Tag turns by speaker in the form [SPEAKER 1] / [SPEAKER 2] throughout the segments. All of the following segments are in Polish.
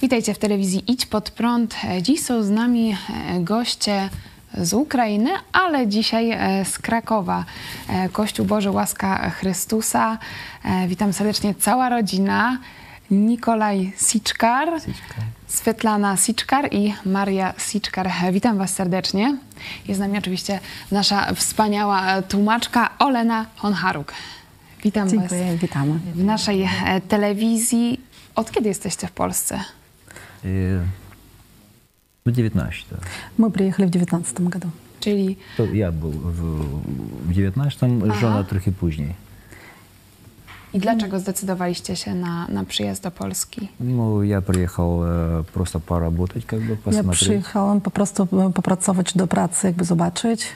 [SPEAKER 1] Witajcie w telewizji Idź Pod Prąd. Dziś są z nami e, goście z Ukrainy, ale dzisiaj e, z Krakowa. E, Kościół Boży Łaska Chrystusa. E, Witam serdecznie cała rodzina. Nikolaj Siczkar, Svetlana Siczkar i Maria Siczkar. E, Witam Was serdecznie. Jest z nami oczywiście nasza wspaniała e, tłumaczka Olena Honharuk. Witam Was
[SPEAKER 2] Dziękuję, witamy.
[SPEAKER 1] w naszej e, telewizji. Od kiedy jesteście w Polsce?
[SPEAKER 3] Э, В 19
[SPEAKER 2] Мы приехали в 2019 году.
[SPEAKER 1] Czyli
[SPEAKER 3] То Я был в, в 19-м, жена трохи пузней.
[SPEAKER 1] i dlaczego zdecydowaliście się na, na przyjazd do Polski?
[SPEAKER 3] Ну, я приехал э, просто поработать, как бы
[SPEAKER 2] Я
[SPEAKER 3] посмотреть.
[SPEAKER 2] przyjechałam po prostu e, popracować do pracy, jakby zobaczyć.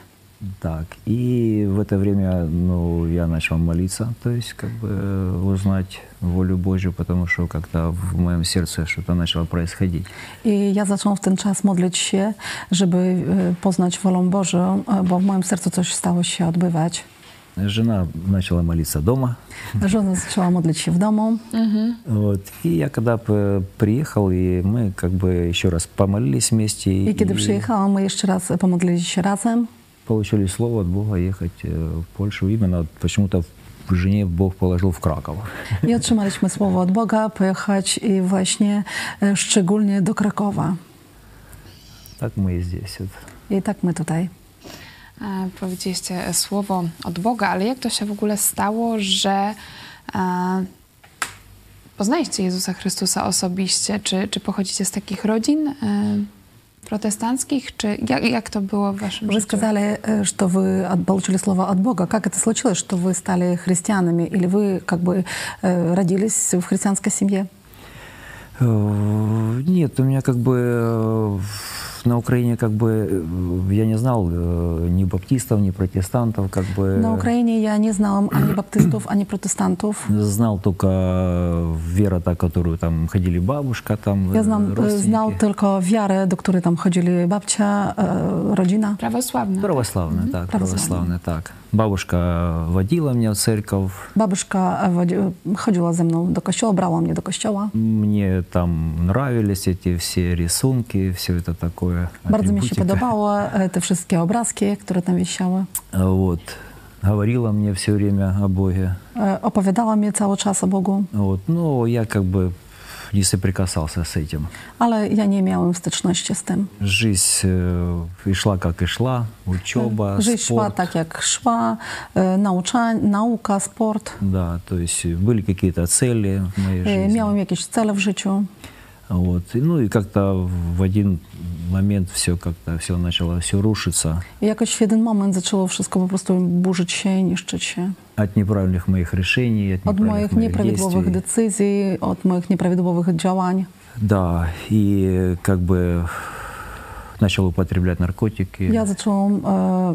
[SPEAKER 3] Так, и в это время, ну, я начал молиться, то есть, как бы, э, узнать волю Божью, потому что как-то в моем сердце что-то начало происходить.
[SPEAKER 2] I ja zaczęłam w ten czas modlić się, żeby e, poznać wolę Bożą, e, bo w moim sercu coś stało się odbywać.
[SPEAKER 3] Жена начала молиться дома,
[SPEAKER 2] Żona zaczęła modlić się w domu. Mhm.
[SPEAKER 3] вот, и я когда п- приехал, и мы, как бы, еще раз помолились вместе.
[SPEAKER 2] I kiedy przyjechałam, my jeszcze raz pomodliliśmy się razem.
[SPEAKER 3] получили слово от Бога ехать э, в Польшу. Именно вот почему-то в жене Бог положил в Краков.
[SPEAKER 2] I otrzymaliśmy słowo od Boga, pojechać i właśnie e, szczególnie do Krakowa.
[SPEAKER 3] Так мы и здесь. вот.
[SPEAKER 2] I tak my tutaj.
[SPEAKER 1] E, powiedzieliście słowo od Boga, ale jak to się w ogóle stało, że e, poznaliście Jezusa Chrystusa osobiście? Czy, czy pochodzicie z takich rodzin e, protestanckich? Czy jak, jak to było w waszym
[SPEAKER 2] Вы
[SPEAKER 1] życiu?
[SPEAKER 2] сказали, э, что вы от- получили слово от Бога. Как это случилось, что вы стали христианами? Или вы как бы э, родились в христианской семье?
[SPEAKER 3] Э, Нет, у меня как бы э, в- на Украине как бы э, я не знал э, ни баптистов, ни протестантов, как бы
[SPEAKER 2] На Украине я не знала ни баптистов, ни протестантов.
[SPEAKER 3] знал только э, вера та, которую там ходили бабушка, там
[SPEAKER 2] Я
[SPEAKER 3] э,
[SPEAKER 2] знал, э,
[SPEAKER 3] родственники.
[SPEAKER 2] знал только веры, до которой там ходили бабча, э, родина.
[SPEAKER 1] Prawosławne.
[SPEAKER 3] Православная, так,
[SPEAKER 2] православная.
[SPEAKER 3] православная, так. Bабушка водила меня в церковь,
[SPEAKER 2] Бабушка э, води- ходила за мной до костела, брала меня до костела.
[SPEAKER 3] Мне там нравились эти все рисунки, все это такое.
[SPEAKER 2] Bardzo mi się
[SPEAKER 3] атрибутика.
[SPEAKER 2] podobało e, te wszystkie obrazki, które tam wisiały.
[SPEAKER 3] А Вот. Говорила мне все время о Боге.
[SPEAKER 2] E, Opowiadała mi cały czas o Bogu,
[SPEAKER 3] Вот. Но я как бы не соприкасался с этим.
[SPEAKER 2] ale ja nie miałem styczności z tym.
[SPEAKER 3] Жизнь э, и шла как и шла, учеба,
[SPEAKER 2] Żyć szła
[SPEAKER 3] спорт.
[SPEAKER 2] tak jak szła, e, naucza, nauka, sport.
[SPEAKER 3] Да, то есть были какие-то цели в моей
[SPEAKER 2] E,
[SPEAKER 3] жизни.
[SPEAKER 2] Miałem jakieś cele w życiu.
[SPEAKER 3] Вот. И, ну и как-то в один момент все как-то все начало все рушиться
[SPEAKER 2] I jakoś w jeden moment zaczęło wszystko po prostu burzyć się i niszczyć się.
[SPEAKER 3] от неправильных моих решений, от
[SPEAKER 2] Od moich
[SPEAKER 3] неправильных моих
[SPEAKER 2] nieprawidłowych
[SPEAKER 3] действий.
[SPEAKER 2] decyzji, od moich nieprawidłowych działań.
[SPEAKER 3] Да, и как бы начал употреблять наркотики,
[SPEAKER 2] Ja zaczęłam e,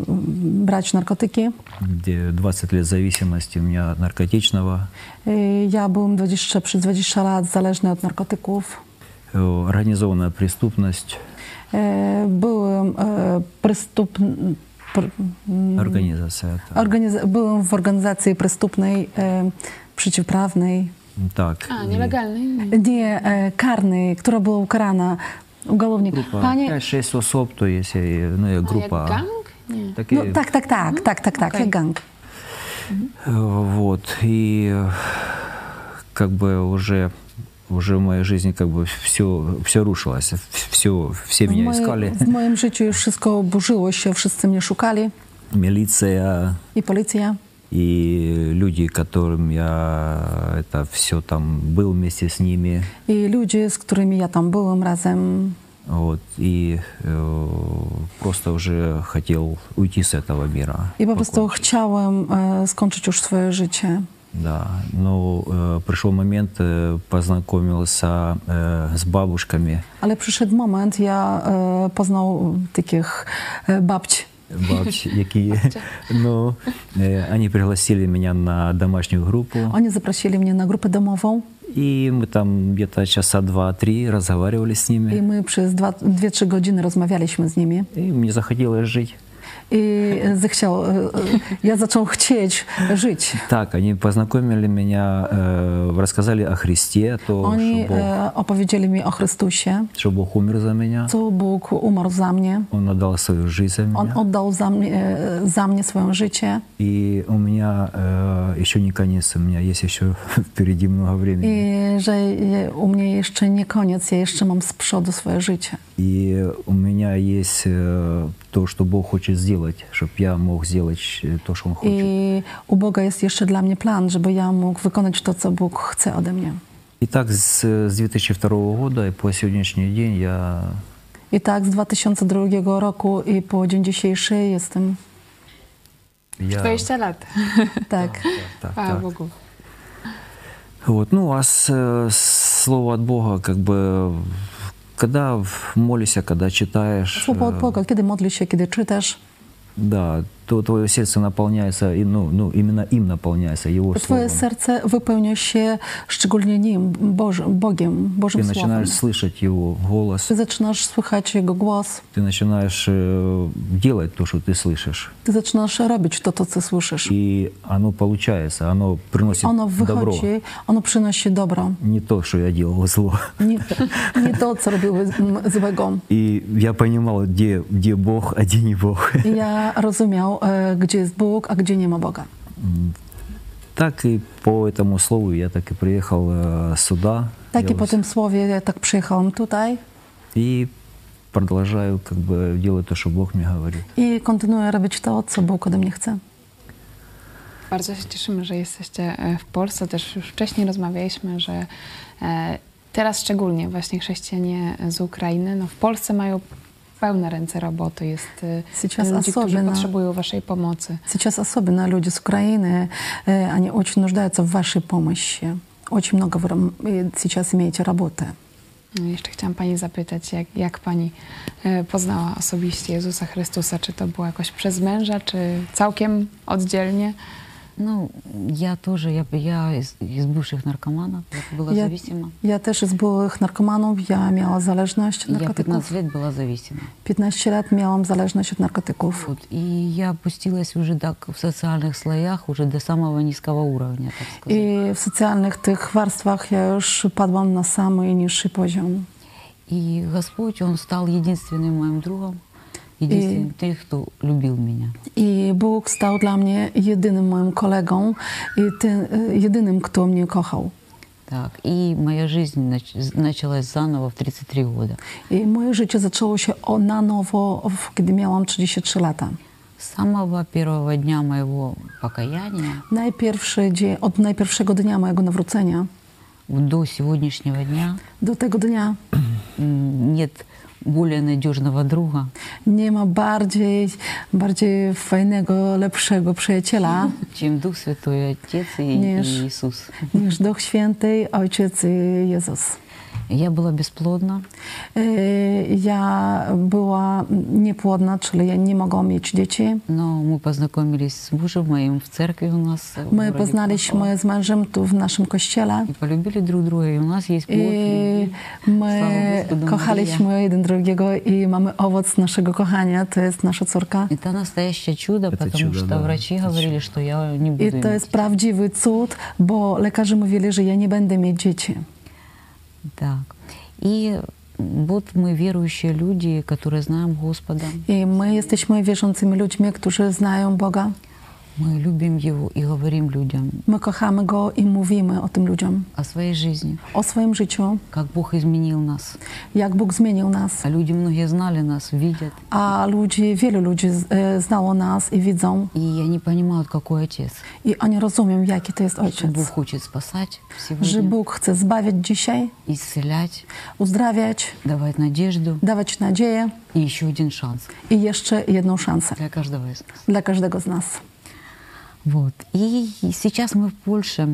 [SPEAKER 2] brać narkotyki.
[SPEAKER 3] где 20 лет зависимости у меня от наркотичного.
[SPEAKER 2] E, ja byłem 20, przez 20 lat zależny od narkotyków.
[SPEAKER 3] Э, Организованная преступность,
[SPEAKER 2] E, byłem e, prystup... Pr,
[SPEAKER 3] организация. так.
[SPEAKER 2] organiz- byłem w organizacji prystupnej, e, przeciwprawnej.
[SPEAKER 3] Так,
[SPEAKER 1] A,
[SPEAKER 3] и
[SPEAKER 1] nielegalne.
[SPEAKER 2] Nie, e, karnej, która była ukarana, ugalownik.
[SPEAKER 3] группа
[SPEAKER 2] Panie,
[SPEAKER 3] 5-6 особ, то есть э, ну, э,
[SPEAKER 1] A jak
[SPEAKER 3] группа.
[SPEAKER 1] gang? Nie.
[SPEAKER 3] Такие,
[SPEAKER 2] no tak, tak, tak, tak, tak, tak,
[SPEAKER 1] Okej.
[SPEAKER 2] jak gang.
[SPEAKER 3] э, Вот, и э, как бы уже уже в моей жизни как бы все, все рушилось, все, все
[SPEAKER 2] W,
[SPEAKER 3] меня
[SPEAKER 2] moje-
[SPEAKER 3] искали.
[SPEAKER 2] w moim życiu już wszystko burzyło się, wszyscy mnie szukali
[SPEAKER 3] Милиция,
[SPEAKER 2] i policja.
[SPEAKER 3] И люди, которым я э, это все там был вместе с ними,
[SPEAKER 2] I ludzie, z którymi ja tam byłem razem,
[SPEAKER 3] вот, и э, просто уже хотел уйти с этого мира.
[SPEAKER 2] i po prostu chciałem e, skończyć już swoje życie.
[SPEAKER 3] Да, но э, пришел момент, э, познакомился э, с бабушками,
[SPEAKER 2] Ale przyszedł moment, ja e, poznał takich e, babć,
[SPEAKER 3] бабч, какие, но э, они пригласили меня на домашнюю группу,
[SPEAKER 2] Oni zaprosili mnie na grupę domową
[SPEAKER 3] и мы там где-то часа два-три разговаривали с
[SPEAKER 2] i
[SPEAKER 3] ними,
[SPEAKER 2] my przez 2-3 godziny rozmawialiśmy z nimi.
[SPEAKER 3] и мне захотелось жить.
[SPEAKER 2] и э, захотел, э, э, я зачем хотеть жить.
[SPEAKER 3] Так, они познакомили меня, э, рассказали о Христе, то,
[SPEAKER 2] Они
[SPEAKER 3] что, Бог,
[SPEAKER 2] э, оповедали мне о Христусе,
[SPEAKER 3] что Бог умер за меня,
[SPEAKER 2] что Бог умер за мне,
[SPEAKER 3] Он отдал свою жизнь за
[SPEAKER 2] Он
[SPEAKER 3] меня.
[SPEAKER 2] отдал за мне, э, за мне свое житие.
[SPEAKER 3] И у меня э, еще не конец, у меня есть еще впереди много времени.
[SPEAKER 2] I że je- u mnie jeszcze nie koniec, ja jeszcze mam z przodu swoje życie.
[SPEAKER 3] И у меня есть э, то, что Бог хочет сделать, чтобы я мог сделать э, то, что Он хочет. И,
[SPEAKER 2] I u Boga jest jeszcze dla mnie plan, żeby ja mógł wykonać to, co Bóg chce ode mnie.
[SPEAKER 3] так с, с 2002 года и по сегодняшний день я
[SPEAKER 2] I tak z 2002 roku i po dzień dzisiejszy jestem.
[SPEAKER 3] я
[SPEAKER 1] 20 lat.
[SPEAKER 2] Tak.
[SPEAKER 3] так,
[SPEAKER 2] А,
[SPEAKER 1] Chwała
[SPEAKER 3] так.
[SPEAKER 1] Bogu.
[SPEAKER 3] Вот, ну, а с, э, слово от Бога, как бы, когда в- молишься, когда читаешь,
[SPEAKER 2] Słowo od
[SPEAKER 3] э,
[SPEAKER 2] Boga, kiedy modlisz się, kiedy czytasz,
[SPEAKER 3] да, то твое сердце наполняется, и, ну, ну, именно им наполняется, его
[SPEAKER 2] to
[SPEAKER 3] словом.
[SPEAKER 2] twoje serce wypełnia się szczególnie Nim, Boże, Bogiem,
[SPEAKER 3] Ты
[SPEAKER 2] Bożym Słowem.
[SPEAKER 3] начинаешь слышать его голос,
[SPEAKER 2] Ty zaczynasz słychać Jego głos,
[SPEAKER 3] ты начинаешь э, делать то, что ты слышишь,
[SPEAKER 2] ty zaczynasz robić to, to co słyszysz.
[SPEAKER 3] и оно получается, оно приносит
[SPEAKER 2] Ono
[SPEAKER 3] добро.
[SPEAKER 2] wychodzi, ono przynosi dobro.
[SPEAKER 3] Не то, что я делал зло.
[SPEAKER 2] Nie, nie to, co robiły z- m, złego.
[SPEAKER 3] И я понимал, где, где Бог, а где не Бог.
[SPEAKER 2] I Ja rozumiał, e, gdzie jest Bóg, a gdzie nie ma Boga.
[SPEAKER 3] Так и по этому слову я так и приехал э, сюда.
[SPEAKER 2] Tak
[SPEAKER 3] Я
[SPEAKER 2] i po
[SPEAKER 3] вот
[SPEAKER 2] tym słowie ja tak przyjechałam tutaj
[SPEAKER 3] И продолжаю как бы делать то, что Бог мне говорит.
[SPEAKER 2] i kontynuuję robić to, co Bóg ode mnie chce.
[SPEAKER 1] Bardzo się cieszymy, że jesteście e, w Polsce. Też już wcześniej rozmawialiśmy, że e, teraz szczególnie właśnie chrześcijanie z Ukrainy no w Polsce mają pełne ręce roboty. Jest e,
[SPEAKER 2] Сейчас
[SPEAKER 1] ludzi, którzy
[SPEAKER 2] особенно,
[SPEAKER 1] potrzebują waszej pomocy.
[SPEAKER 2] сейчас особенно люди с Украины, э, они очень нуждаются в вашей помощи. Очень много вы рам- э, сейчас имеете работы.
[SPEAKER 1] No, Jeszcze chciałam Pani zapytać, jak, jak Pani e, poznała osobiście Jezusa Chrystusa? Czy to było jakoś przez męża, czy całkiem oddzielnie?
[SPEAKER 4] Ну, я тоже, я, я из, из бывших наркоманов, я была
[SPEAKER 2] Я-
[SPEAKER 4] зависима.
[SPEAKER 2] Я też из былых наркоманов, я имела зависимость от
[SPEAKER 4] Я 15
[SPEAKER 2] наркотиков.
[SPEAKER 4] лет была зависима.
[SPEAKER 2] 15 лет имела зависимость от наркотиков.
[SPEAKER 4] Вот. И я опустилась уже так в социальных слоях, уже до самого низкого уровня, так сказать. И,
[SPEAKER 2] I w socjalnych tych warstwach ja już padłam na samый niższy poziom.
[SPEAKER 4] Господь, Он стал единственным моим другом, единственным тем, кто любил меня.
[SPEAKER 2] I Bóg stał dla mnie jedynym moim kolegą i ty, jedynym, kto mnie kochał.
[SPEAKER 4] Так. И моя жизнь нач- началась заново в 33 года.
[SPEAKER 2] I moje życie zaczęło się o, na nowo, w- kiedy miałam 33 lata.
[SPEAKER 4] С самого первого дня моего покаяния
[SPEAKER 2] Najpierwszy dzień, od najpierwszego dnia mojego nawrócenia
[SPEAKER 4] до сегодняшнего дня
[SPEAKER 2] do tego dnia
[SPEAKER 4] м, нет более надежного друга,
[SPEAKER 2] nie ma bardziej, bardziej fajnego, lepszego przyjaciela
[SPEAKER 4] чем Дух Святой Отец и, и
[SPEAKER 2] Нет.
[SPEAKER 4] Иисус.
[SPEAKER 2] niż Duch Święty, Ojciec i Jezus.
[SPEAKER 4] Я была бесплодна,
[SPEAKER 2] Y, Ja była niepłodna, czyli ja nie mogłam mieć dzieci.
[SPEAKER 4] но мы познакомились с мужем моим в церкви у нас. э, в
[SPEAKER 2] My
[SPEAKER 4] городе
[SPEAKER 2] poznaliśmy z mężem tu w naszym kościele
[SPEAKER 4] Косово. И полюбили друг друга, и у нас есть плод.
[SPEAKER 2] i
[SPEAKER 4] любви.
[SPEAKER 2] my
[SPEAKER 4] Слава Господу,
[SPEAKER 2] kochaliśmy jeden drugiego i mamy owoc naszego kochania, to jest nasza córka.
[SPEAKER 4] Мария. Это настоящее чудо,
[SPEAKER 3] Это
[SPEAKER 4] потому
[SPEAKER 3] чудо,
[SPEAKER 4] что
[SPEAKER 3] да,
[SPEAKER 4] врачи
[SPEAKER 3] это
[SPEAKER 4] говорили,
[SPEAKER 3] чудо.
[SPEAKER 4] что я не буду
[SPEAKER 2] I to
[SPEAKER 4] иметь.
[SPEAKER 2] jest prawdziwy cud, bo lekarze mówili, że ja nie będę mieć dzieci.
[SPEAKER 4] Так. И вот мы верующие люди, которые знаем Господа.
[SPEAKER 2] I my jesteśmy wierzącymi ludźmi, którzy znają Boga.
[SPEAKER 4] Мы любим Его и говорим людям
[SPEAKER 2] My kochamy Go i mówimy o tym ludziom,
[SPEAKER 4] о своей жизни,
[SPEAKER 2] o swoim życiu,
[SPEAKER 4] как Бог изменил нас.
[SPEAKER 2] jak Bóg zmienił nas.
[SPEAKER 4] А люди многие знали нас, видят,
[SPEAKER 2] A ludzi, wielu ludzi z- e, znało nas i widzą,
[SPEAKER 4] и они понимают, какой Отец.
[SPEAKER 2] i oni rozumią, jaki to jest
[SPEAKER 4] Что Бог
[SPEAKER 2] Ojciec.
[SPEAKER 4] хочет спасать
[SPEAKER 2] Że
[SPEAKER 4] сегодня,
[SPEAKER 2] Bóg chce zbawiać dzisiaj,
[SPEAKER 4] исцелять,
[SPEAKER 2] uzdrawiać,
[SPEAKER 4] давать надежду
[SPEAKER 2] dawać nadzieję
[SPEAKER 4] и еще один шанс
[SPEAKER 2] i jeszcze jedną szansę
[SPEAKER 4] для каждого из нас.
[SPEAKER 2] dla każdego z nas.
[SPEAKER 4] Вот. И сейчас мы в Польше.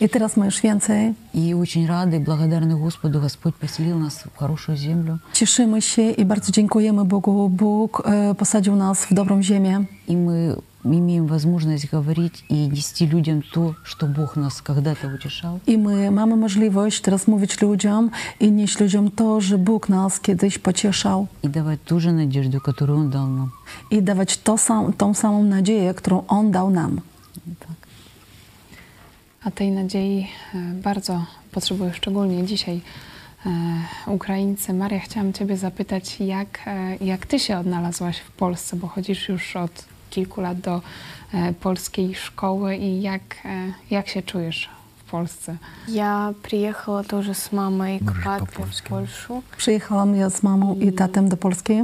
[SPEAKER 2] I teraz my już więcej
[SPEAKER 4] И очень рады, и благодарны Господу, Господь поселил нас в хорошую землю.
[SPEAKER 2] Cieszymy się i bardzo dziękujemy Bogu. Bóg e, posadził nas w dobrą ziemię
[SPEAKER 4] И мы имеем возможность говорить и нести людям то, что Бог нас когда-то утешал.
[SPEAKER 2] I my mamy możliwość teraz mówić ludziom i nieść ludziom to, że Bóg nas kiedyś pocieszał
[SPEAKER 4] и давать ту же надежду, которую Он дал нам.
[SPEAKER 2] i dawać to sam, tą samą nadzieję, którą On dał nam.
[SPEAKER 4] Так.
[SPEAKER 1] A tej nadziei e, bardzo potrzebują szczególnie dzisiaj e, Ukraińcy. Maria, chciałam Ciebie zapytać, jak, e, jak Ty się odnalazłaś w Polsce, bo chodzisz już od kilku lat do e, polskiej szkoły i jak, e, jak się czujesz w Polsce?
[SPEAKER 5] Я приехала тоже с мамой
[SPEAKER 3] Может,
[SPEAKER 5] к папе в
[SPEAKER 3] по-польски.
[SPEAKER 5] Польшу.
[SPEAKER 2] Przyjechałam ja z mamą i tatem do Polski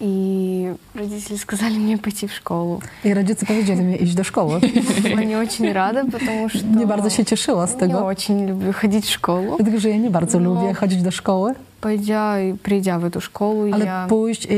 [SPEAKER 5] И родители сказали мне пойти в школу.
[SPEAKER 2] i rodzice powiedzieli mi iść do szkoły.
[SPEAKER 5] Была не очень рада, потому что...
[SPEAKER 2] Nie bardzo się cieszyła z
[SPEAKER 5] Не
[SPEAKER 2] tego,
[SPEAKER 5] очень люблю ходить в школу.
[SPEAKER 2] dlatego że ja nie bardzo
[SPEAKER 5] No.
[SPEAKER 2] lubię chodzić do szkoły,
[SPEAKER 5] Пойдя и придя в эту школу,
[SPEAKER 2] ale
[SPEAKER 5] я,
[SPEAKER 2] pójść, i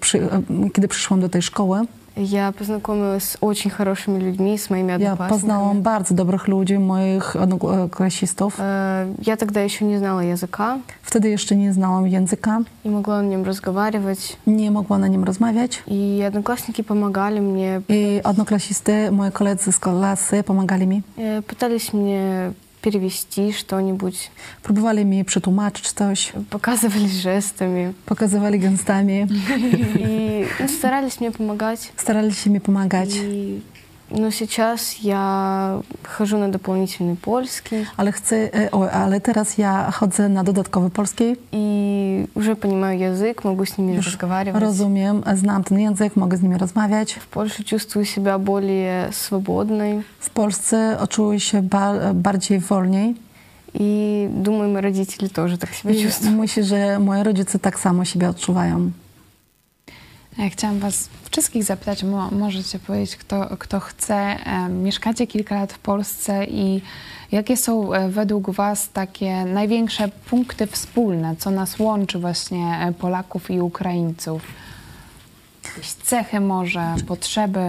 [SPEAKER 2] przy, e, kiedy przyszłam do tej szkoły,
[SPEAKER 5] я познакомилась с очень хорошими людьми, с моими
[SPEAKER 2] ja poznałam
[SPEAKER 5] одноклассниками.
[SPEAKER 2] bardzo dobrych ludzi, moich e, klasistów.
[SPEAKER 5] Э, Я тогда еще не знала языка,
[SPEAKER 2] Wtedy jeszcze nie znałam języka,
[SPEAKER 5] не могла на нем разговаривать.
[SPEAKER 2] nie mogłam na nim rozmawiać.
[SPEAKER 5] И одноклассники помогали мне,
[SPEAKER 2] I odnoklasisty, moi koledzy z klasy pomagali mi.
[SPEAKER 5] э, пытались мне перевести что-нибудь,
[SPEAKER 2] Próbowali mi przetłumaczyć coś,
[SPEAKER 5] показывали жестами.
[SPEAKER 2] pokazywali gęstami,
[SPEAKER 5] И ну, старались мне помогать.
[SPEAKER 2] starali się mi pomagać.
[SPEAKER 5] И- Но сейчас я хожу на дополнительный польский
[SPEAKER 2] Ale chcę, e, o, ale teraz ja chodzę na dodatkowy polski.
[SPEAKER 5] и уже понимаю язык, могу с ними
[SPEAKER 2] Już
[SPEAKER 5] разговаривать.
[SPEAKER 2] rozumiem, znam ten język, mogę z nimi rozmawiać.
[SPEAKER 5] В Польше чувствую себя более свободной.
[SPEAKER 2] W Polsce czuję się ba- bardziej wolniej.
[SPEAKER 5] И думаю, мои родители тоже так себя
[SPEAKER 2] I
[SPEAKER 5] чувствуют.
[SPEAKER 2] myślę, że moi rodzice tak samo siebie odczuwają.
[SPEAKER 1] E, Chciałam Was wszystkich zapytać, mo- możecie powiedzieć, kto, kto chce. E, Mieszkacie kilka lat w Polsce i jakie są e, według Was takie największe punkty wspólne, co nas łączy właśnie e, Polaków i Ukraińców? Jakieś cechy może, potrzeby?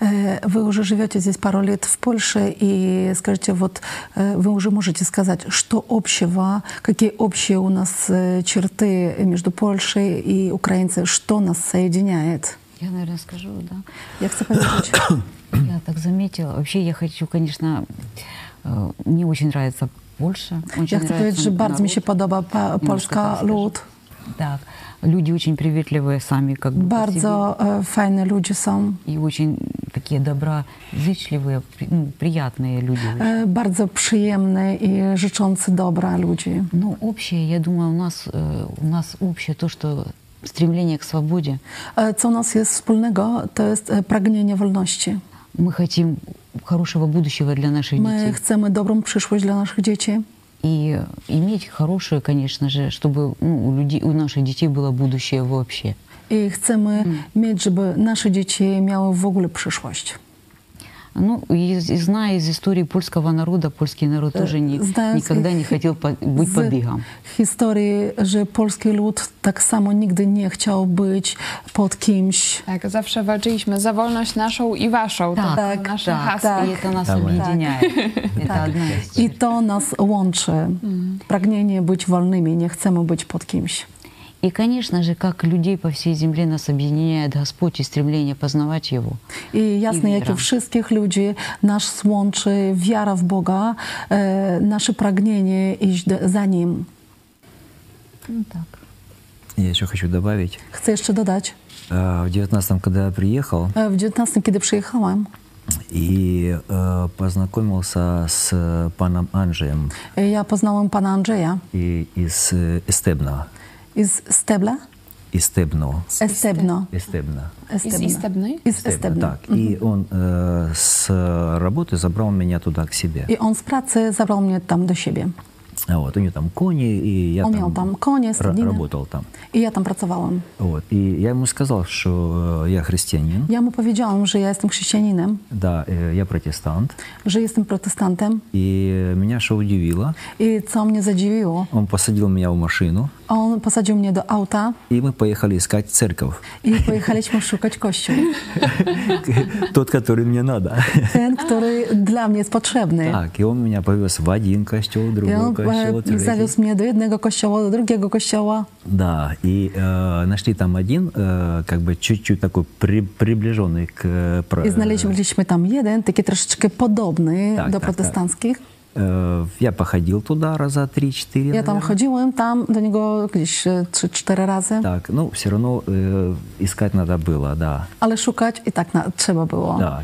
[SPEAKER 2] Э, Вы уже живете здесь пару лет в Польше, и скажите, вот э, вы уже можете сказать, что общего, какие общие у нас э, черты между Польшей и украинцами, что нас соединяет?
[SPEAKER 4] Я, наверное, скажу, да.
[SPEAKER 2] Я хочу powiedzieć.
[SPEAKER 4] Я так заметила. Вообще я хочу, конечно, э, мне очень нравится Польша. Очень
[SPEAKER 2] Я хочу powiedzieć,
[SPEAKER 4] нравится
[SPEAKER 2] że bardzo mi się
[SPEAKER 4] народ.
[SPEAKER 2] podoba pa,
[SPEAKER 4] Немножко
[SPEAKER 2] polska
[SPEAKER 4] так скажу.
[SPEAKER 2] lud.
[SPEAKER 4] Так. Люди очень приветливые сами, как бы. по себе.
[SPEAKER 2] Bardzo e, fajne ludzie są.
[SPEAKER 4] И очень такие доброзычливые, при- ну, приятные люди. очень.
[SPEAKER 2] E, Bardzo przyjemne i życzący dobra ludzi.
[SPEAKER 4] Ну, общее, я думаю, у нас, э, у нас общее то, что стремление к свободе.
[SPEAKER 2] E, Co u nas jest wspólnego, to jest e, pragnienie wolności.
[SPEAKER 4] Мы хотим хорошего будущего для наших
[SPEAKER 2] My
[SPEAKER 4] детей.
[SPEAKER 2] chcemy dobrą przyszłość dla naszych dzieci.
[SPEAKER 4] И иметь хорошее, конечно же, чтобы ну, у, людей, у наших детей было будущее вообще.
[SPEAKER 2] I chcemy
[SPEAKER 4] Mm.
[SPEAKER 2] mieć, żeby nasze dzieci miały w ogóle przyszłość.
[SPEAKER 4] Ну, и, и зная из истории польского народа, польский народ тоже не,
[SPEAKER 2] Э, знаю,
[SPEAKER 4] никогда
[SPEAKER 2] с-
[SPEAKER 4] не хотел по- быть
[SPEAKER 2] Z
[SPEAKER 4] побегом.
[SPEAKER 2] historii, że polski lud tak samo nigdy nie chciał być pod kimś.
[SPEAKER 1] Tak, zawsze walczyliśmy za wolność naszą i waszą. to
[SPEAKER 4] Tak,
[SPEAKER 1] było nasze
[SPEAKER 4] так,
[SPEAKER 1] hasło.
[SPEAKER 4] и это нас
[SPEAKER 3] Давай.
[SPEAKER 4] объединяет. Это одна из
[SPEAKER 2] I
[SPEAKER 4] черт.
[SPEAKER 2] to nas łączy.
[SPEAKER 4] Mm.
[SPEAKER 2] Pragnienie być wolnymi, nie chcemy być pod kimś.
[SPEAKER 4] И, конечно же, как людей по всей земле нас объединяет Господь и стремление познавать Его.
[SPEAKER 2] I jasne,
[SPEAKER 4] I
[SPEAKER 2] jak i
[SPEAKER 4] wiara.
[SPEAKER 2] wszystkich ludzi, nas łączy wiara w Boga, e, nasze pragnienie iść do, za Nim.
[SPEAKER 4] Ну, так.
[SPEAKER 3] Я еще хочу добавить.
[SPEAKER 2] Chcę jeszcze dodać,
[SPEAKER 3] А, В девятнадцатом, когда я приехал
[SPEAKER 2] e, w 19, kiedy przyjechałam,
[SPEAKER 3] и э, познакомился с э, panem Анжеем
[SPEAKER 2] e, ja poznałam pana Andrzeja
[SPEAKER 3] и из э, Истебна.
[SPEAKER 2] i z Stebla,
[SPEAKER 3] Истебно.
[SPEAKER 2] Estebno.
[SPEAKER 3] Истебна.
[SPEAKER 1] I z Istebnej?
[SPEAKER 2] I z Estebno.
[SPEAKER 3] Так. И он э, с работы забрал меня туда к себе.
[SPEAKER 2] I on z pracy zabrał mnie tam do siebie.
[SPEAKER 3] А Вот, у него там кони, и я
[SPEAKER 2] Он имел там кони,
[SPEAKER 3] ра-
[SPEAKER 2] стаднины.
[SPEAKER 3] работал там.
[SPEAKER 2] I ja tam pracowałam.
[SPEAKER 3] Вот. И я ему сказал, что э, я христианин,
[SPEAKER 2] Ja mu powiedziałam, że ja jestem chrześcijaninem,
[SPEAKER 3] да, э, я протестант.
[SPEAKER 2] że jestem protestantem.
[SPEAKER 3] И меня что удивило,
[SPEAKER 2] I co mnie zadziwiło,
[SPEAKER 3] он посадил меня в машину,
[SPEAKER 2] а он посадил меня до аута,
[SPEAKER 3] И мы поехали искать церковь.
[SPEAKER 2] и поехали мы шукать кощу.
[SPEAKER 3] Тот, который мне надо.
[SPEAKER 2] Ten, который для меня потребный.
[SPEAKER 3] Так, и он меня повез в один костел,
[SPEAKER 2] И он
[SPEAKER 3] другой костел,
[SPEAKER 2] э, завез меня до одного кощела, до другого кощела.
[SPEAKER 3] Да, и э, нашли там один, э, как бы чуть-чуть такой при, приближенный к... э, про-
[SPEAKER 2] И знайшли там один, такий трошечки подобний
[SPEAKER 3] Так,
[SPEAKER 2] до
[SPEAKER 3] так,
[SPEAKER 2] протестантських.
[SPEAKER 3] Э, я походил туда раза три-четыре.
[SPEAKER 2] Я там
[SPEAKER 3] наверное.
[SPEAKER 2] ходила, там до нього десь 3-4 рази.
[SPEAKER 3] Так, ну, все равно э, искать надо было, да.
[SPEAKER 2] Але шукати і так на- треба було.
[SPEAKER 3] Так.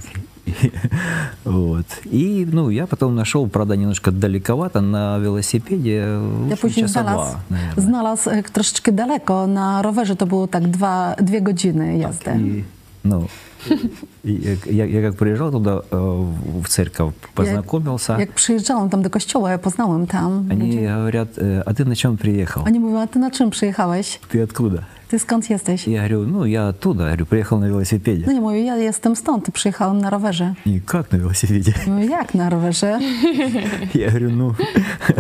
[SPEAKER 3] Вот. И, ну, я потом нашел, правда, немножко далековато на велосипеде. в
[SPEAKER 2] Я
[SPEAKER 3] общем,
[SPEAKER 2] потім
[SPEAKER 3] часа
[SPEAKER 2] знала,
[SPEAKER 3] два, наверное.
[SPEAKER 2] знала е, трошечки далеко. На роверзі то було так 2 години їзди.
[SPEAKER 3] И, ну, и я, я как приезжал туда, э, в в церковь, познакомился.
[SPEAKER 2] Як приїжджала там до костьола, я познала їм там.
[SPEAKER 3] Они говорят, э, а ты на чем приехал?
[SPEAKER 2] Вони мовили, а ти на чим приїхалась?
[SPEAKER 3] Ты откуда?
[SPEAKER 2] Ти сканд їздиш?
[SPEAKER 3] Я говорю, ну, я оттуда, говорю, приехал на
[SPEAKER 2] Ну,
[SPEAKER 3] велосипеде.
[SPEAKER 2] я мовлю, я їздим стон, ти приїхала на роверзі.
[SPEAKER 3] И как на велосипеде?
[SPEAKER 2] Ну, як на роверзі?
[SPEAKER 3] Я говорю, ну,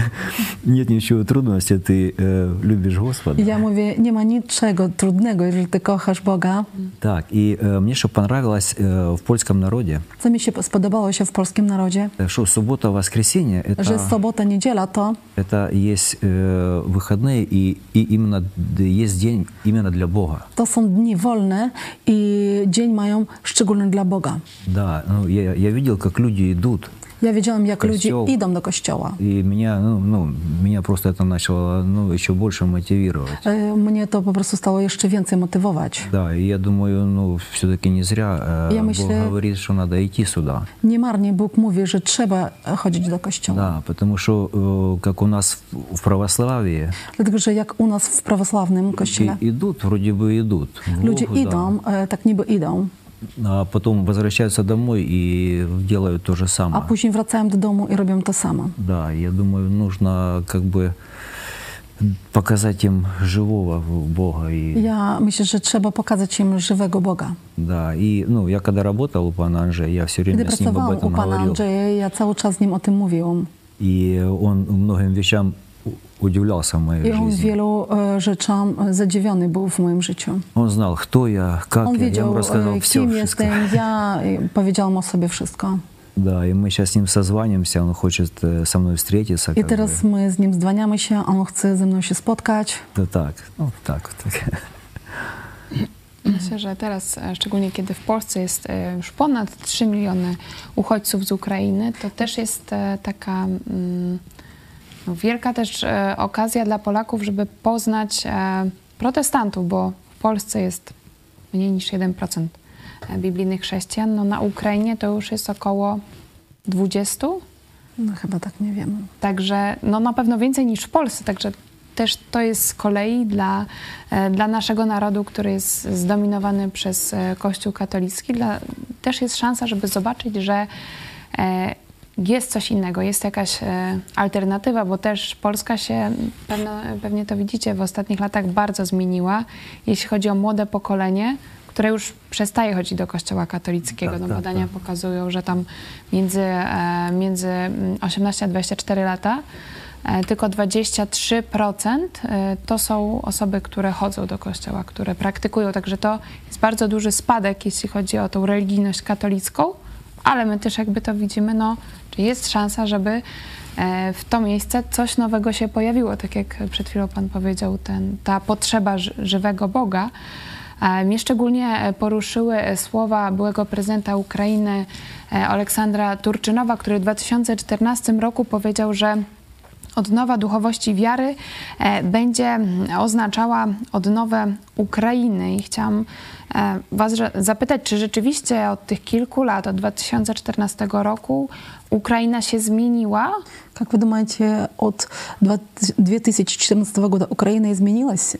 [SPEAKER 3] нет ничего трудности, ты э, любишь Господа.
[SPEAKER 2] I ja mówię, nie ma niczego trudnego, jeżeli ty kochasz Boga.
[SPEAKER 3] Так, и э, мне что понравилось э, в польском народе,
[SPEAKER 2] Co mi się spodobało się w polskim narodzie,
[SPEAKER 3] э, что суббота, воскресенье,
[SPEAKER 2] że
[SPEAKER 3] это,
[SPEAKER 2] sobota, niedziela to,
[SPEAKER 3] это есть э, выходные, и, и именно д- есть день именно для Бога.
[SPEAKER 2] to są dni wolne i dzień mają szczególny dla Boga.
[SPEAKER 3] Да, ну, я, я видел, как люди идут,
[SPEAKER 2] Ja wiedziałam, jak
[SPEAKER 3] Kościół.
[SPEAKER 2] ludzie idą do kościoła.
[SPEAKER 3] и меня, ну, ну, меня просто это начало ну, еще больше мотивировать.
[SPEAKER 2] E, Mnie to po prostu stało jeszcze więcej motywować.
[SPEAKER 3] Да, и я думаю, ну, все-таки не зря э,
[SPEAKER 2] Я
[SPEAKER 3] Бог
[SPEAKER 2] мышлю-
[SPEAKER 3] говорит, что надо идти сюда.
[SPEAKER 2] Niemarnie Bóg mówi, że trzeba chodzić do kościoła.
[SPEAKER 3] Да, потому что, э, как у нас в- в православии,
[SPEAKER 2] Dlatego, że jak u nas w prawosławnym kościele,
[SPEAKER 3] и- идут, вроде бы идут. в
[SPEAKER 2] ludzie
[SPEAKER 3] Богу, да.
[SPEAKER 2] idą, e, tak niby idą,
[SPEAKER 3] А потом возвращаются домой и делают то же
[SPEAKER 2] a
[SPEAKER 3] самое.
[SPEAKER 2] później wracają do domu i robią to samo.
[SPEAKER 3] Да, я думаю, нужно как бы показать им живого Бога. И,
[SPEAKER 2] Ja myślę, że trzeba pokazać im żywego Boga.
[SPEAKER 3] Да, и ну, я когда работал у пана Анжея, я все
[SPEAKER 2] Gdy
[SPEAKER 3] время с ним об
[SPEAKER 2] pracowałam u
[SPEAKER 3] этом
[SPEAKER 2] pana
[SPEAKER 3] говорил.
[SPEAKER 2] Andrzeja, ja cały czas z nim o tym mówiłam.
[SPEAKER 3] И он многим вещам у- удивлялся в моей
[SPEAKER 2] I on
[SPEAKER 3] жизни.
[SPEAKER 2] wielu e, rzeczom e, zadziwiony był w moim życiu.
[SPEAKER 3] Он знал, кто я, как
[SPEAKER 2] On
[SPEAKER 3] я, я
[SPEAKER 2] wiedział,
[SPEAKER 3] ему рассказал
[SPEAKER 2] e,
[SPEAKER 3] все,
[SPEAKER 2] kim jestem ja, i powiedziałam o sobie wszystko.
[SPEAKER 3] Да, и мы сейчас с ним созванимся, он хочет э, со мной встретиться.
[SPEAKER 2] I
[SPEAKER 3] как бы.
[SPEAKER 2] teraz my z nim zdwaniamy się, on chce ze mną się spotkać.
[SPEAKER 3] Да так, ну так, так.
[SPEAKER 1] Myślę, że teraz, e, szczególnie kiedy w Polsce jest e, już ponad 3 miliony uchodźców z Ukrainy, to też jest e, taka mm, no, wielka też e, okazja dla Polaków, żeby poznać e, protestantów, bo w Polsce jest mniej niż 1% biblijnych chrześcijan. No, na Ukrainie to już jest około 20,
[SPEAKER 2] No, chyba tak nie wiem.
[SPEAKER 1] Także no, na pewno więcej niż w Polsce, także też to jest z kolei dla, e, dla naszego narodu, który jest zdominowany przez e, Kościół katolicki, dla, też jest szansa, żeby zobaczyć, że e, jest coś innego, jest jakaś e, alternatywa, bo też Polska się, pewno, pewnie to widzicie, w ostatnich latach bardzo zmieniła, jeśli chodzi o młode pokolenie, które już przestaje chodzić do kościoła katolickiego.
[SPEAKER 3] Tak,
[SPEAKER 1] no,
[SPEAKER 3] tak,
[SPEAKER 1] badania
[SPEAKER 3] tak.
[SPEAKER 1] pokazują, że tam między, e, między mm, 18 a 24 lata e, tylko 23% e, to są osoby, które chodzą do kościoła, które praktykują. Także to jest bardzo duży spadek, jeśli chodzi o tą religijność katolicką, ale my też jakby to widzimy, no, czy jest szansa, żeby e, w to miejsce coś nowego się pojawiło, tak jak przed chwilą Pan powiedział, ten, ta potrzeba ży- żywego Boga. E, Mnie szczególnie e, poruszyły e, słowa byłego prezydenta Ukrainy e, Aleksandra Turczynowa, który w 2014 roku powiedział, że odnowa duchowości wiary e, będzie mm, oznaczała odnowę Ukrainy. I chciałam e, Was że- zapytać, czy rzeczywiście od tych kilku lat, od 2014 roku, Ukraina się zmieniła?
[SPEAKER 2] Как вы думаете, от 20- 2014 года Украина изменилась?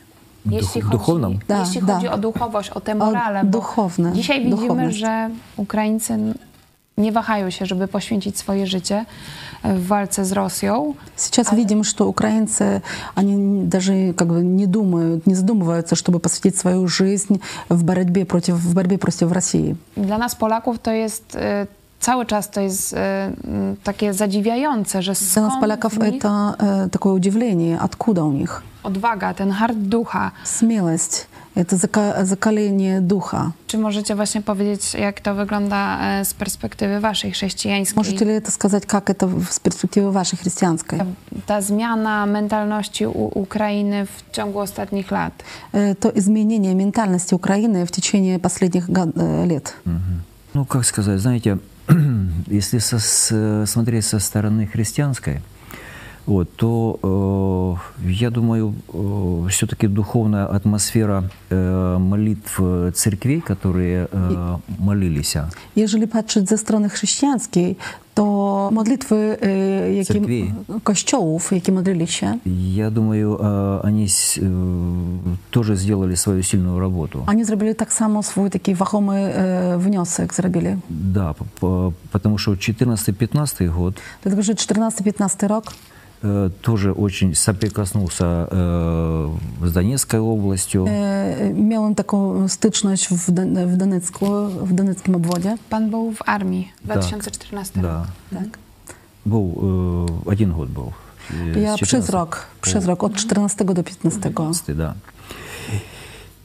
[SPEAKER 1] Jeśli
[SPEAKER 3] Duch-
[SPEAKER 1] chodzi,
[SPEAKER 3] duchowną?
[SPEAKER 2] Da,
[SPEAKER 1] jeśli
[SPEAKER 2] da.
[SPEAKER 1] chodzi o duchowość, o te morale. bo
[SPEAKER 2] duchowne,
[SPEAKER 1] Dzisiaj widzimy,
[SPEAKER 2] duchowność.
[SPEAKER 1] że Ukraińcy n- nie wahają się, żeby poświęcić swoje życie e, w walce z Rosją.
[SPEAKER 2] Сейчас видим, что украинцы, они даже как бы не думают, не задумываются, чтобы посвятить свою жизнь в борьбе против, в борьбе против России.
[SPEAKER 1] Dla nas Polaków to jest e, cały czas to jest e, m, takie zadziwiające, że
[SPEAKER 2] Для нас,
[SPEAKER 1] skąd
[SPEAKER 2] поляков,
[SPEAKER 1] w nich
[SPEAKER 2] это э, такое удивление, откуда у них.
[SPEAKER 1] odwaga, ten hart ducha.
[SPEAKER 2] Смелость – это зака- закаление духа.
[SPEAKER 1] Czy możecie właśnie powiedzieć, jak to wygląda e, z perspektywy waszej chrześcijańskiej?
[SPEAKER 2] Можете ли это сказать, как это в- с перспективы вашей христианской?
[SPEAKER 1] Ta zmiana mentalności u Ukrainy w ciągu ostatnich lat.
[SPEAKER 2] Э, То изменение ментальности Украины в течение последних год- э, лет.
[SPEAKER 3] Ну, как сказать, знаете, если со- с- смотреть со стороны христианской, вот, то э, я думаю, все-таки духовная атмосфера э, молитв э, церквей, которые э, молились, а,
[SPEAKER 2] Jeżeli patrzeć ze strony chrześcijańskiej, to modlitwy e, jakie,
[SPEAKER 3] Cerkwi.
[SPEAKER 2] kościołów, jakie modlili się,
[SPEAKER 3] я думаю, э, они с- э, тоже сделали свою сильную работу.
[SPEAKER 2] oni zrobili tak samo swój taki wachomy e, wniosek zrobili.
[SPEAKER 3] Да, п- п- потому что 14-15 год
[SPEAKER 2] Dlatego, że 14-15 rok
[SPEAKER 3] э, тоже очень соприкоснулся э, с Донецкой областью.
[SPEAKER 2] e, miałem taką styczność w, Don- w Donecku, w doneckim obwodzie.
[SPEAKER 1] Pan był w armii w
[SPEAKER 3] Tak.
[SPEAKER 1] 2014 roku.
[SPEAKER 3] Да.
[SPEAKER 2] Tak.
[SPEAKER 3] Был, э, один год был. Э,
[SPEAKER 2] Ja
[SPEAKER 3] с
[SPEAKER 2] przez
[SPEAKER 3] 14.
[SPEAKER 2] rok, przez rok, od 14 do 15.
[SPEAKER 3] 15, да.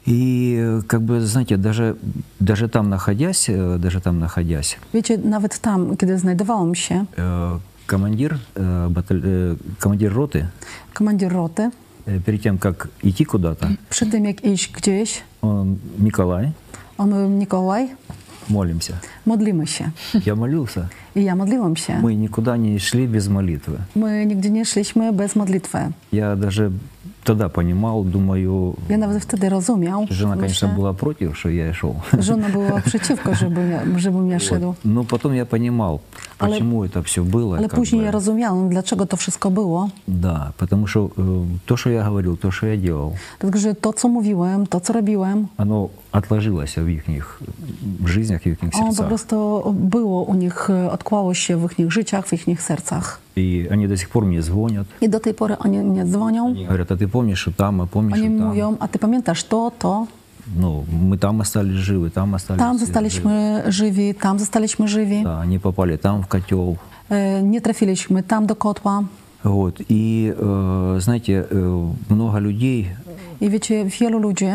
[SPEAKER 3] И, э, как бы, знаете, даже, даже там находясь, э, даже там находясь,
[SPEAKER 2] Wiecie, nawet tam, kiedy znajdowałam się,
[SPEAKER 3] э, командир, э, баталь- э, командир роты,
[SPEAKER 2] komandir roty,
[SPEAKER 3] э, перед тем, как идти куда-то,
[SPEAKER 2] przy tym jak iść gdzieś,
[SPEAKER 3] он, Николай,
[SPEAKER 2] on mówił, Mikołaj,
[SPEAKER 3] молимся.
[SPEAKER 2] modlimy się.
[SPEAKER 3] Я молился.
[SPEAKER 2] I ja modliłam się.
[SPEAKER 3] Мы никуда не шли без молитвы.
[SPEAKER 2] My nigdzie nie szliśmy bez modlitwy.
[SPEAKER 3] Я даже тогда понимал, думаю,
[SPEAKER 2] Ja nawet wtedy rozumiał.
[SPEAKER 3] жена, конечно,
[SPEAKER 2] że
[SPEAKER 3] была против, что я и шел.
[SPEAKER 2] Żona była przeciwko, żebym ja, żebym ja szedł.
[SPEAKER 3] Вот. Но потом я понимал,
[SPEAKER 2] Але-
[SPEAKER 3] почему это все было.
[SPEAKER 2] Ale
[SPEAKER 3] как
[SPEAKER 2] później
[SPEAKER 3] бы.
[SPEAKER 2] ja rozumiałam, dlaczego to wszystko było.
[SPEAKER 3] Да, потому что э, то, что я говорил, то, что я делал,
[SPEAKER 2] Dlatego, że to, co mówiłem, to, co robiłem,
[SPEAKER 3] оно отложилось в их жизнях и в их
[SPEAKER 2] on po
[SPEAKER 3] сердцах.
[SPEAKER 2] prostu było u nich, e, odkłało się w ich życiach, w ich sercach.
[SPEAKER 3] И они до сих пор мне звонят.
[SPEAKER 2] I do tej pory oni mnie dzwonią,
[SPEAKER 3] Они говорят, а ты помнишь, что там, а помнишь,
[SPEAKER 2] oni
[SPEAKER 3] что там.
[SPEAKER 2] mówią, a ty pamiętasz to, to?
[SPEAKER 3] Ну, мы там остались живы, там остались
[SPEAKER 2] Tam
[SPEAKER 3] живы.
[SPEAKER 2] zostaliśmy żywi, tam zostaliśmy żywi,
[SPEAKER 3] Да, они попали там в котел.
[SPEAKER 2] E, nie trafiliśmy tam do kotła.
[SPEAKER 3] Вот. И, э, знаете, э, много людей,
[SPEAKER 2] I wiecie, wielu ludzi,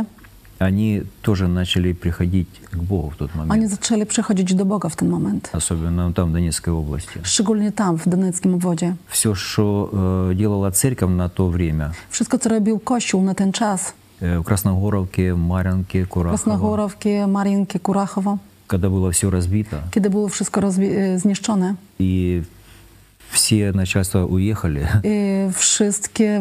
[SPEAKER 3] они тоже начали приходить к Богу в тот момент.
[SPEAKER 2] oni zaczęli przechodzić do Boga w ten moment.
[SPEAKER 3] Особенно там, в Донецкой области.
[SPEAKER 2] Szczególnie tam, w doneckim obwodzie.
[SPEAKER 3] Все, что э, делала церковь на то время,
[SPEAKER 2] Wszystko, co robił Kościół na ten czas,
[SPEAKER 3] э, в Красногоровке, Марянке, Курахово,
[SPEAKER 2] Krasnogórowki, Mariinki, Kurachowo,
[SPEAKER 3] когда было все разбито,
[SPEAKER 2] kiedy było wszystko rozwi- e, zniszczone,
[SPEAKER 3] и все начальства уехали,
[SPEAKER 2] e, wszystkie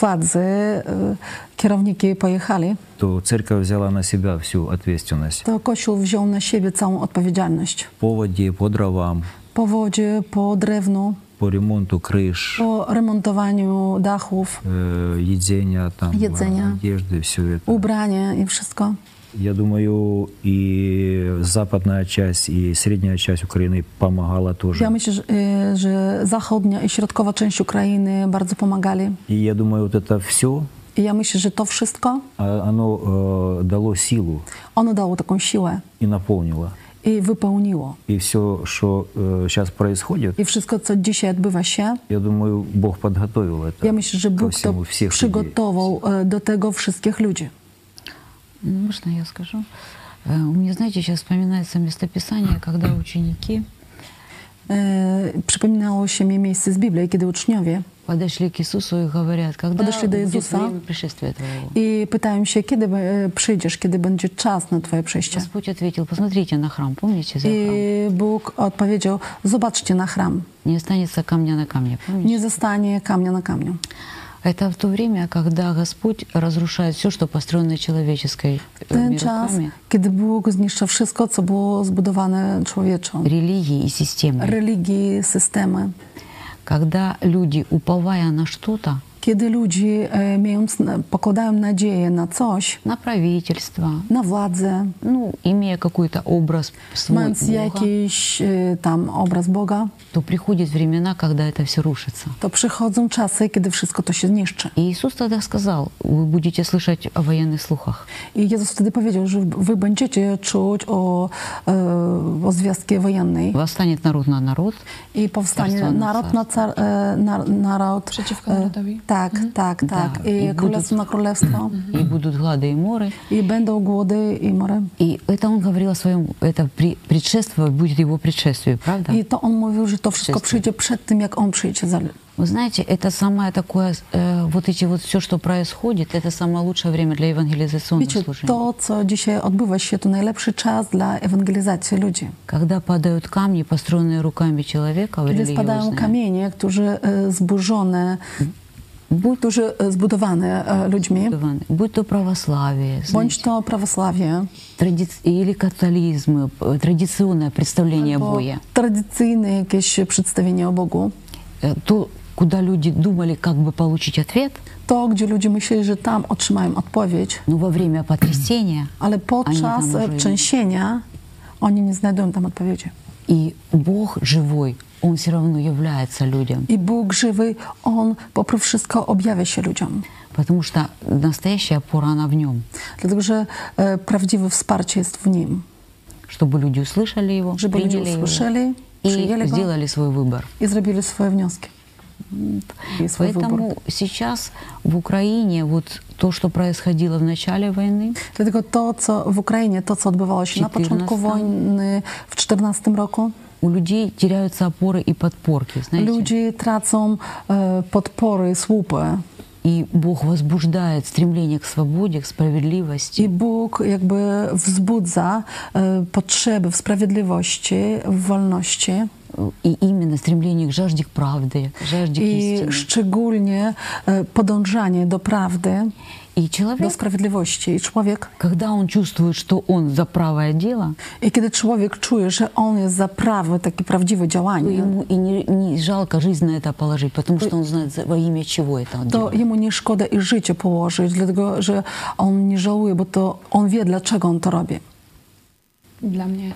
[SPEAKER 2] władze, e, kierowniki pojechali,
[SPEAKER 3] то церковь взяла на себя всю ответственность.
[SPEAKER 2] to Kościół wziął na siebie całą odpowiedzialność.
[SPEAKER 3] По воде, по дровам,
[SPEAKER 2] Po wodzie, po drewnu,
[SPEAKER 3] по ремонту крыш,
[SPEAKER 2] po remontowaniu dachów,
[SPEAKER 3] э, едения, там, э,
[SPEAKER 2] Едения.
[SPEAKER 3] одежды, все это.
[SPEAKER 2] ubranie i wszystko.
[SPEAKER 3] Я думаю, и западная часть, и средняя часть Украины pomagała тоже.
[SPEAKER 2] Ja myślę, że, e, że zachodnia i środkowa część Ukrainy bardzo pomagali.
[SPEAKER 3] И я думаю, вот это все,
[SPEAKER 2] I ja myślę, że to wszystko,
[SPEAKER 3] оно э, дало силу
[SPEAKER 2] ono dało taką siłę
[SPEAKER 3] и наполнило.
[SPEAKER 2] i wypełniło.
[SPEAKER 3] И все, что сейчас происходит,
[SPEAKER 2] I wszystko, co dzisiaj odbywa się,
[SPEAKER 3] я думаю, Бог подготовил это
[SPEAKER 2] Ja myślę, że
[SPEAKER 3] ко
[SPEAKER 2] Bóg to
[SPEAKER 3] всему всех людей.
[SPEAKER 2] przygotował e, do tego wszystkich ludzi.
[SPEAKER 4] Ну, Можно я скажу? Э, У меня, знаете, сейчас вспоминается местописание, когда ученики
[SPEAKER 2] E, Przypominało się mi miejsce z Biblii, kiedy uczniowie
[SPEAKER 4] подошли к Иисусу и говорят, когда
[SPEAKER 2] Подошли до
[SPEAKER 4] будет
[SPEAKER 2] Иисуса.
[SPEAKER 4] время пришествия Твоего.
[SPEAKER 2] i pytają się, kiedy e, przyjdziesz, kiedy będzie czas na twoje przyjście.
[SPEAKER 4] Господь ответил, посмотрите на храм, помните за
[SPEAKER 2] I
[SPEAKER 4] храм?
[SPEAKER 2] Bóg odpowiedział, zobaczcie na chram,
[SPEAKER 4] Не останется камня на камне, помните?
[SPEAKER 2] nie zostanie kamienia na kamieniu.
[SPEAKER 4] Это в то время, когда Господь разрушает все, что построено человеческой э,
[SPEAKER 2] Ten czas,
[SPEAKER 4] мироками,
[SPEAKER 2] kiedy Bóg zniszcza wszystko, co było zbudowane człowieczą.
[SPEAKER 4] религией и системой.
[SPEAKER 2] Religii, systemy.
[SPEAKER 4] Когда люди, уповая на что-то,
[SPEAKER 2] Kiedy ludzie e, mając, pokładają nadzieję na coś,
[SPEAKER 4] на правительство,
[SPEAKER 2] na władzę,
[SPEAKER 4] ну, имея какой-то образ свой
[SPEAKER 2] mając
[SPEAKER 4] Бога,
[SPEAKER 2] jakiś y, tam obraz Boga,
[SPEAKER 4] то приходят времена, когда это все рушится.
[SPEAKER 2] to przychodzą czasy, kiedy wszystko to się zniszczy.
[SPEAKER 4] И Иисус тогда сказал, вы будете слышать о военных слухах.
[SPEAKER 2] I Jezus wtedy powiedział, że wy będziecie czuć o, e, o zwiastki wojennej
[SPEAKER 4] Восстанет народ на народ,
[SPEAKER 2] i powstanie
[SPEAKER 4] Carstwo na
[SPEAKER 2] naród na, car, e, na naród
[SPEAKER 1] Przeciwko
[SPEAKER 2] e,
[SPEAKER 1] narodowi. Mhm.
[SPEAKER 2] Tak, Так, так, так.
[SPEAKER 4] Да,
[SPEAKER 2] І,
[SPEAKER 4] і будуть-
[SPEAKER 2] королівство на королівство.
[SPEAKER 4] И будут глады и моры.
[SPEAKER 2] І бенда угоди, і море.
[SPEAKER 4] И это он говорил о своем, это при- предшествовать будет его предшествию, правда?
[SPEAKER 2] І то он мовив, що то wszystko
[SPEAKER 4] Чесно.
[SPEAKER 2] przyjdzie przed tym, jak on przyjdzie. za-
[SPEAKER 4] Вы знаете, это самое такое, э, вот эти вот все, что происходит, это самое лучшее время для евангелизационных
[SPEAKER 2] Wiecie,
[SPEAKER 4] служений.
[SPEAKER 2] to, co dzisiaj odbywa się, to najlepszy czas dla ewangelizacji ludzi.
[SPEAKER 4] Когда падают камни, построенные руками человека,
[SPEAKER 2] Kiedy spadają
[SPEAKER 4] религиозные,
[SPEAKER 2] kamienie, którzy e, zburzone, którzy e, zbudowane e, ludźmi,
[SPEAKER 4] Иван, будь то православие,
[SPEAKER 2] bądź
[SPEAKER 4] знаете,
[SPEAKER 2] to prawosławie,
[SPEAKER 4] тради- или католизм, э, традиционное представление
[SPEAKER 2] albo
[SPEAKER 4] Боя,
[SPEAKER 2] tradycyjne jakieś przedstawienie o Bogu,
[SPEAKER 4] Э, то, куда люди думали, как бы получить ответ,
[SPEAKER 2] to, gdzie ludzie myśleli, że tam otrzymają odpowiedź,
[SPEAKER 4] но во время потрясения
[SPEAKER 2] ale podczas
[SPEAKER 4] tam
[SPEAKER 2] e,
[SPEAKER 4] żyją.
[SPEAKER 2] trzęsienia oni nie znajdują tam odpowiedzi.
[SPEAKER 4] И Бог живой, Он все равно является людям.
[SPEAKER 2] I Bóg żywy, On poprzez wszystko objawia się ludziom.
[SPEAKER 4] Потому что настоящая опора, она в Нем.
[SPEAKER 2] Dlatego, że e, prawdziwe wsparcie jest w Nim.
[SPEAKER 4] Чтобы люди услышали Его,
[SPEAKER 2] Żeby ludzie
[SPEAKER 4] приняли Его
[SPEAKER 2] usłyszeli,
[SPEAKER 4] и
[SPEAKER 2] przyjęli Go
[SPEAKER 4] сделали свой выбор.
[SPEAKER 2] i zrobili swoje wnioski. I swój wybór.
[SPEAKER 4] Поэтому сейчас в Украине вот то, что происходило в начале войны,
[SPEAKER 2] Dlatego to, co w Ukrainie, to, co odbywało się na
[SPEAKER 4] 14.
[SPEAKER 2] początku wojny w 14 roku,
[SPEAKER 4] у людей теряются опоры и подпорки, знаете.
[SPEAKER 2] ludzie tracą e, podpory, słupy.
[SPEAKER 4] И Бог возбуждает стремление к свободе, к справедливости.
[SPEAKER 2] I Bóg jakby wzbudza e, potrzeby w sprawiedliwości, w wolności.
[SPEAKER 4] И именно стремление к жажде к правде, к жажде к
[SPEAKER 2] I
[SPEAKER 4] истине.
[SPEAKER 2] szczególnie e, podążanie do prawdy,
[SPEAKER 4] И
[SPEAKER 2] do
[SPEAKER 4] человек,
[SPEAKER 2] sprawiedliwości. I człowiek,
[SPEAKER 4] когда он чувствует, что он за правое дело,
[SPEAKER 2] i kiedy człowiek czuje, że on jest za prawe, takie prawdziwe
[SPEAKER 4] то
[SPEAKER 2] działanie,
[SPEAKER 4] ему и не, не жалко жизнь на это положить, потому что он знает, за- во имя чего это он
[SPEAKER 2] to
[SPEAKER 4] делает.
[SPEAKER 2] jemu nie szkoda i życie położyć, dlatego że on nie żałuje, bo to on wie, dlaczego on to robi.
[SPEAKER 1] Dla mnie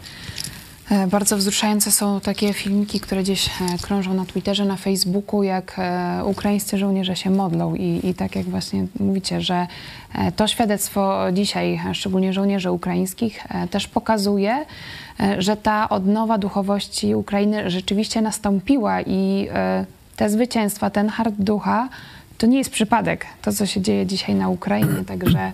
[SPEAKER 1] e, bardzo wzruszające są takie filmiki, które gdzieś e, krążą na Twitterze, na Facebooku, jak e, ukraińscy żołnierze się modlą i, i tak jak właśnie mówicie, że e, to świadectwo dzisiaj, e, szczególnie żołnierzy ukraińskich, e, też pokazuje, e, że ta odnowa duchowości Ukrainy rzeczywiście nastąpiła i e, te zwycięstwa, ten hart ducha, to nie jest przypadek, to co się dzieje dzisiaj na Ukrainie, także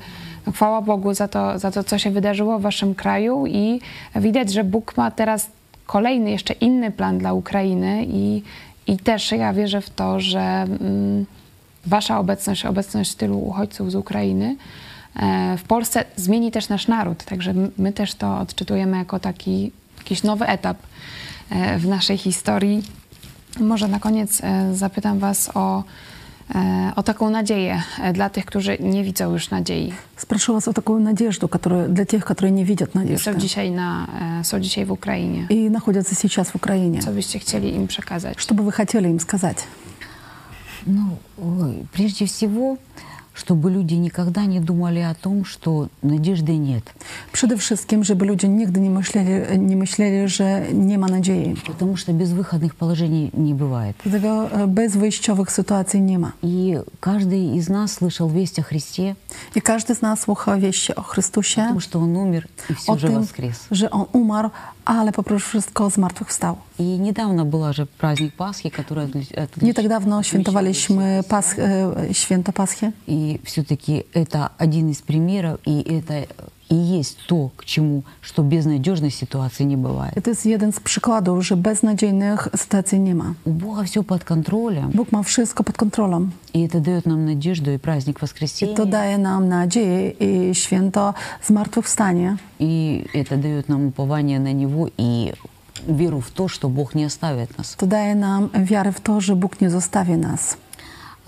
[SPEAKER 1] chwała Bogu za to, za to co się wydarzyło w waszym kraju i widać, że Bóg ma teraz kolejny, jeszcze inny plan dla Ukrainy i, i też ja wierzę w to, że mm, wasza obecność, obecność tylu uchodźców z Ukrainy e, w Polsce zmieni też nasz naród, także m- my też to odczytujemy jako taki jakiś nowy etap e, w naszej historii. Może na koniec e, zapytam Was o, e, o taką nadzieję e, dla tych, którzy nie widzą już nadziei.
[SPEAKER 2] Спрошу вас о такую надежду, которую, для тех, которые не видят
[SPEAKER 1] Są
[SPEAKER 2] надежды
[SPEAKER 1] dzisiaj, na, e, są dzisiaj w Ukrainie.
[SPEAKER 2] и находятся сейчас в Украине.
[SPEAKER 1] Co byście chcieli im przekazać?
[SPEAKER 2] Что бы вы хотели им сказать?
[SPEAKER 4] Ну, ой, прежде всего, чтобы люди никогда не думали о том, что надежды нет.
[SPEAKER 2] Przede wszystkim, żeby ludzie nigdy nie myśleli, nie myśleli że nie ma nadziei.
[SPEAKER 4] Потому что безвыходных положений не бывает.
[SPEAKER 2] Dlatego e, bez wyjściowych sytuacji nie ma.
[SPEAKER 4] И каждый из нас слышал весть о Христе,
[SPEAKER 2] I każdy z nas słucha wieści o Chrystusie,
[SPEAKER 4] потому что Он умер и
[SPEAKER 2] o
[SPEAKER 4] все же
[SPEAKER 2] tym,
[SPEAKER 4] воскрес.
[SPEAKER 2] że On umarł, ale poprzez wszystko zmartwychwstał.
[SPEAKER 4] И недавно была же праздник Пасхи, который отли- отли-
[SPEAKER 2] Nie tak dawno
[SPEAKER 4] отмечали
[SPEAKER 2] świętowaliśmy
[SPEAKER 4] все
[SPEAKER 2] pas, e, święto Paschy.
[SPEAKER 4] И все-таки это один из примеров, и это и есть то, к чему, что безнадежной ситуации не
[SPEAKER 2] I
[SPEAKER 4] бывает.
[SPEAKER 2] to jest jeden z przykładów, że beznadziejnych sytuacji nie ma.
[SPEAKER 4] У Бога все под контролем,
[SPEAKER 2] Bóg ma wszystko pod kontrolą.
[SPEAKER 4] и это дает нам надежду и праздник
[SPEAKER 2] I to
[SPEAKER 4] воскресения,
[SPEAKER 2] daje nam nadzieję i święto zmartwychwstanie.
[SPEAKER 4] и это дает нам упование на Него и веру в то, что Бог не оставит нас.
[SPEAKER 2] To daje nam wiarę w to, że Bóg nie zostawi nas.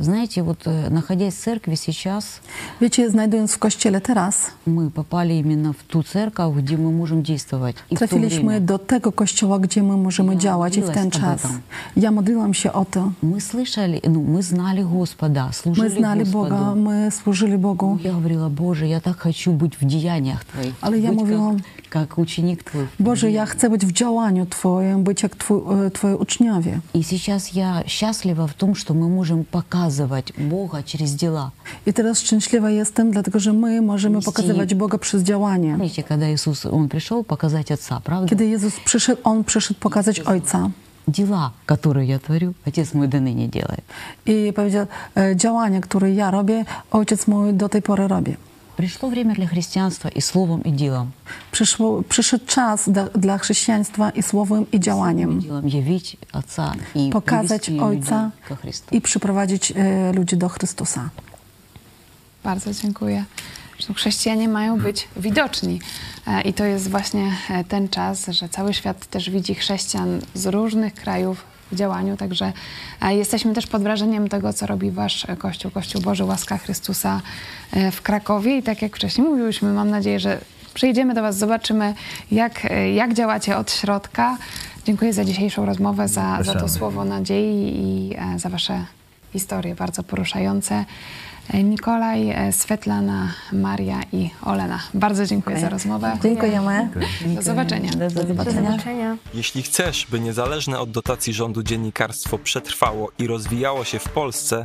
[SPEAKER 4] Знаете, вот э, находясь в церкви сейчас,
[SPEAKER 2] Wiecie, znajdując w kościele teraz,
[SPEAKER 4] мы попали именно в ту церковь, где мы можем действовать. И в то
[SPEAKER 2] trafiliśmy
[SPEAKER 4] время
[SPEAKER 2] do tego kościoła, gdzie my możemy
[SPEAKER 4] Ja
[SPEAKER 2] działać i w ten
[SPEAKER 4] modliłam się
[SPEAKER 2] czas.
[SPEAKER 4] o to.
[SPEAKER 2] Ja modliłam się o to.
[SPEAKER 4] мы слышали, ну, мы знали Господа,
[SPEAKER 2] My
[SPEAKER 4] служили
[SPEAKER 2] znali
[SPEAKER 4] Господу.
[SPEAKER 2] Boga, my służyli Bogu.
[SPEAKER 4] Я говорила, Боже, я так хочу быть в деяниях Твоих.
[SPEAKER 2] Але я
[SPEAKER 4] быть
[SPEAKER 2] мовила,
[SPEAKER 4] Как, как ученик Твой.
[SPEAKER 2] Boże, ja chcę być w działaniu Twoim, być jak twój, e, Twoi uczniowie.
[SPEAKER 4] И сейчас я счастлива в том, что мы можем показывать Бога через дела.
[SPEAKER 2] I teraz szczęśliwa jestem, dlatego że my możemy
[SPEAKER 4] Istnieje.
[SPEAKER 2] pokazywać Boga przez działanie.
[SPEAKER 4] Помните, когда Иисус, Он пришел показать Отца, правда?
[SPEAKER 2] Kiedy Jezus przyszedł, On przyszedł pokazać Ojca.
[SPEAKER 4] дела, которые я творю, Отец мой до ныне делает.
[SPEAKER 2] I powiedział, e, działania, które ja robię, ojciec mój do tej pory robi.
[SPEAKER 4] Пришло время для христианства и словом, и делом.
[SPEAKER 2] Przyszło, przyszedł czas dla, dla chrześcijaństwa i słowem, i działaniem.
[SPEAKER 4] Делом явить Отца и
[SPEAKER 2] Pokazać
[SPEAKER 4] привести
[SPEAKER 2] Ojca
[SPEAKER 4] людей ко Христу.
[SPEAKER 2] i przyprowadzić e, ludzi do Chrystusa.
[SPEAKER 1] Bardzo dziękuję. Zresztą chrześcijanie mają być widoczni E, i to jest właśnie e, ten czas, że cały świat też widzi chrześcijan z różnych krajów w działaniu, także e, jesteśmy też pod wrażeniem tego, co robi Wasz e, Kościół, Kościół Boży Łaska Chrystusa e, w Krakowie i tak jak wcześniej mówiłyśmy, mam nadzieję, że przyjdziemy do Was, zobaczymy jak, e, jak działacie od środka. Dziękuję za dzisiejszą rozmowę, za, za to
[SPEAKER 3] Zapraszamy.
[SPEAKER 1] słowo nadziei i e, za Wasze historie bardzo poruszające. E, Nikolaj, e, Svetlana, Maria i Olena. Bardzo dziękuję za rozmowę.
[SPEAKER 2] Dziękujemy.
[SPEAKER 1] Do zobaczenia.
[SPEAKER 4] До
[SPEAKER 5] Do
[SPEAKER 4] завидания.
[SPEAKER 5] zobaczenia.
[SPEAKER 6] Jeśli chcesz, by niezależne od dotacji rządu dziennikarstwo przetrwało i rozwijało się w Polsce,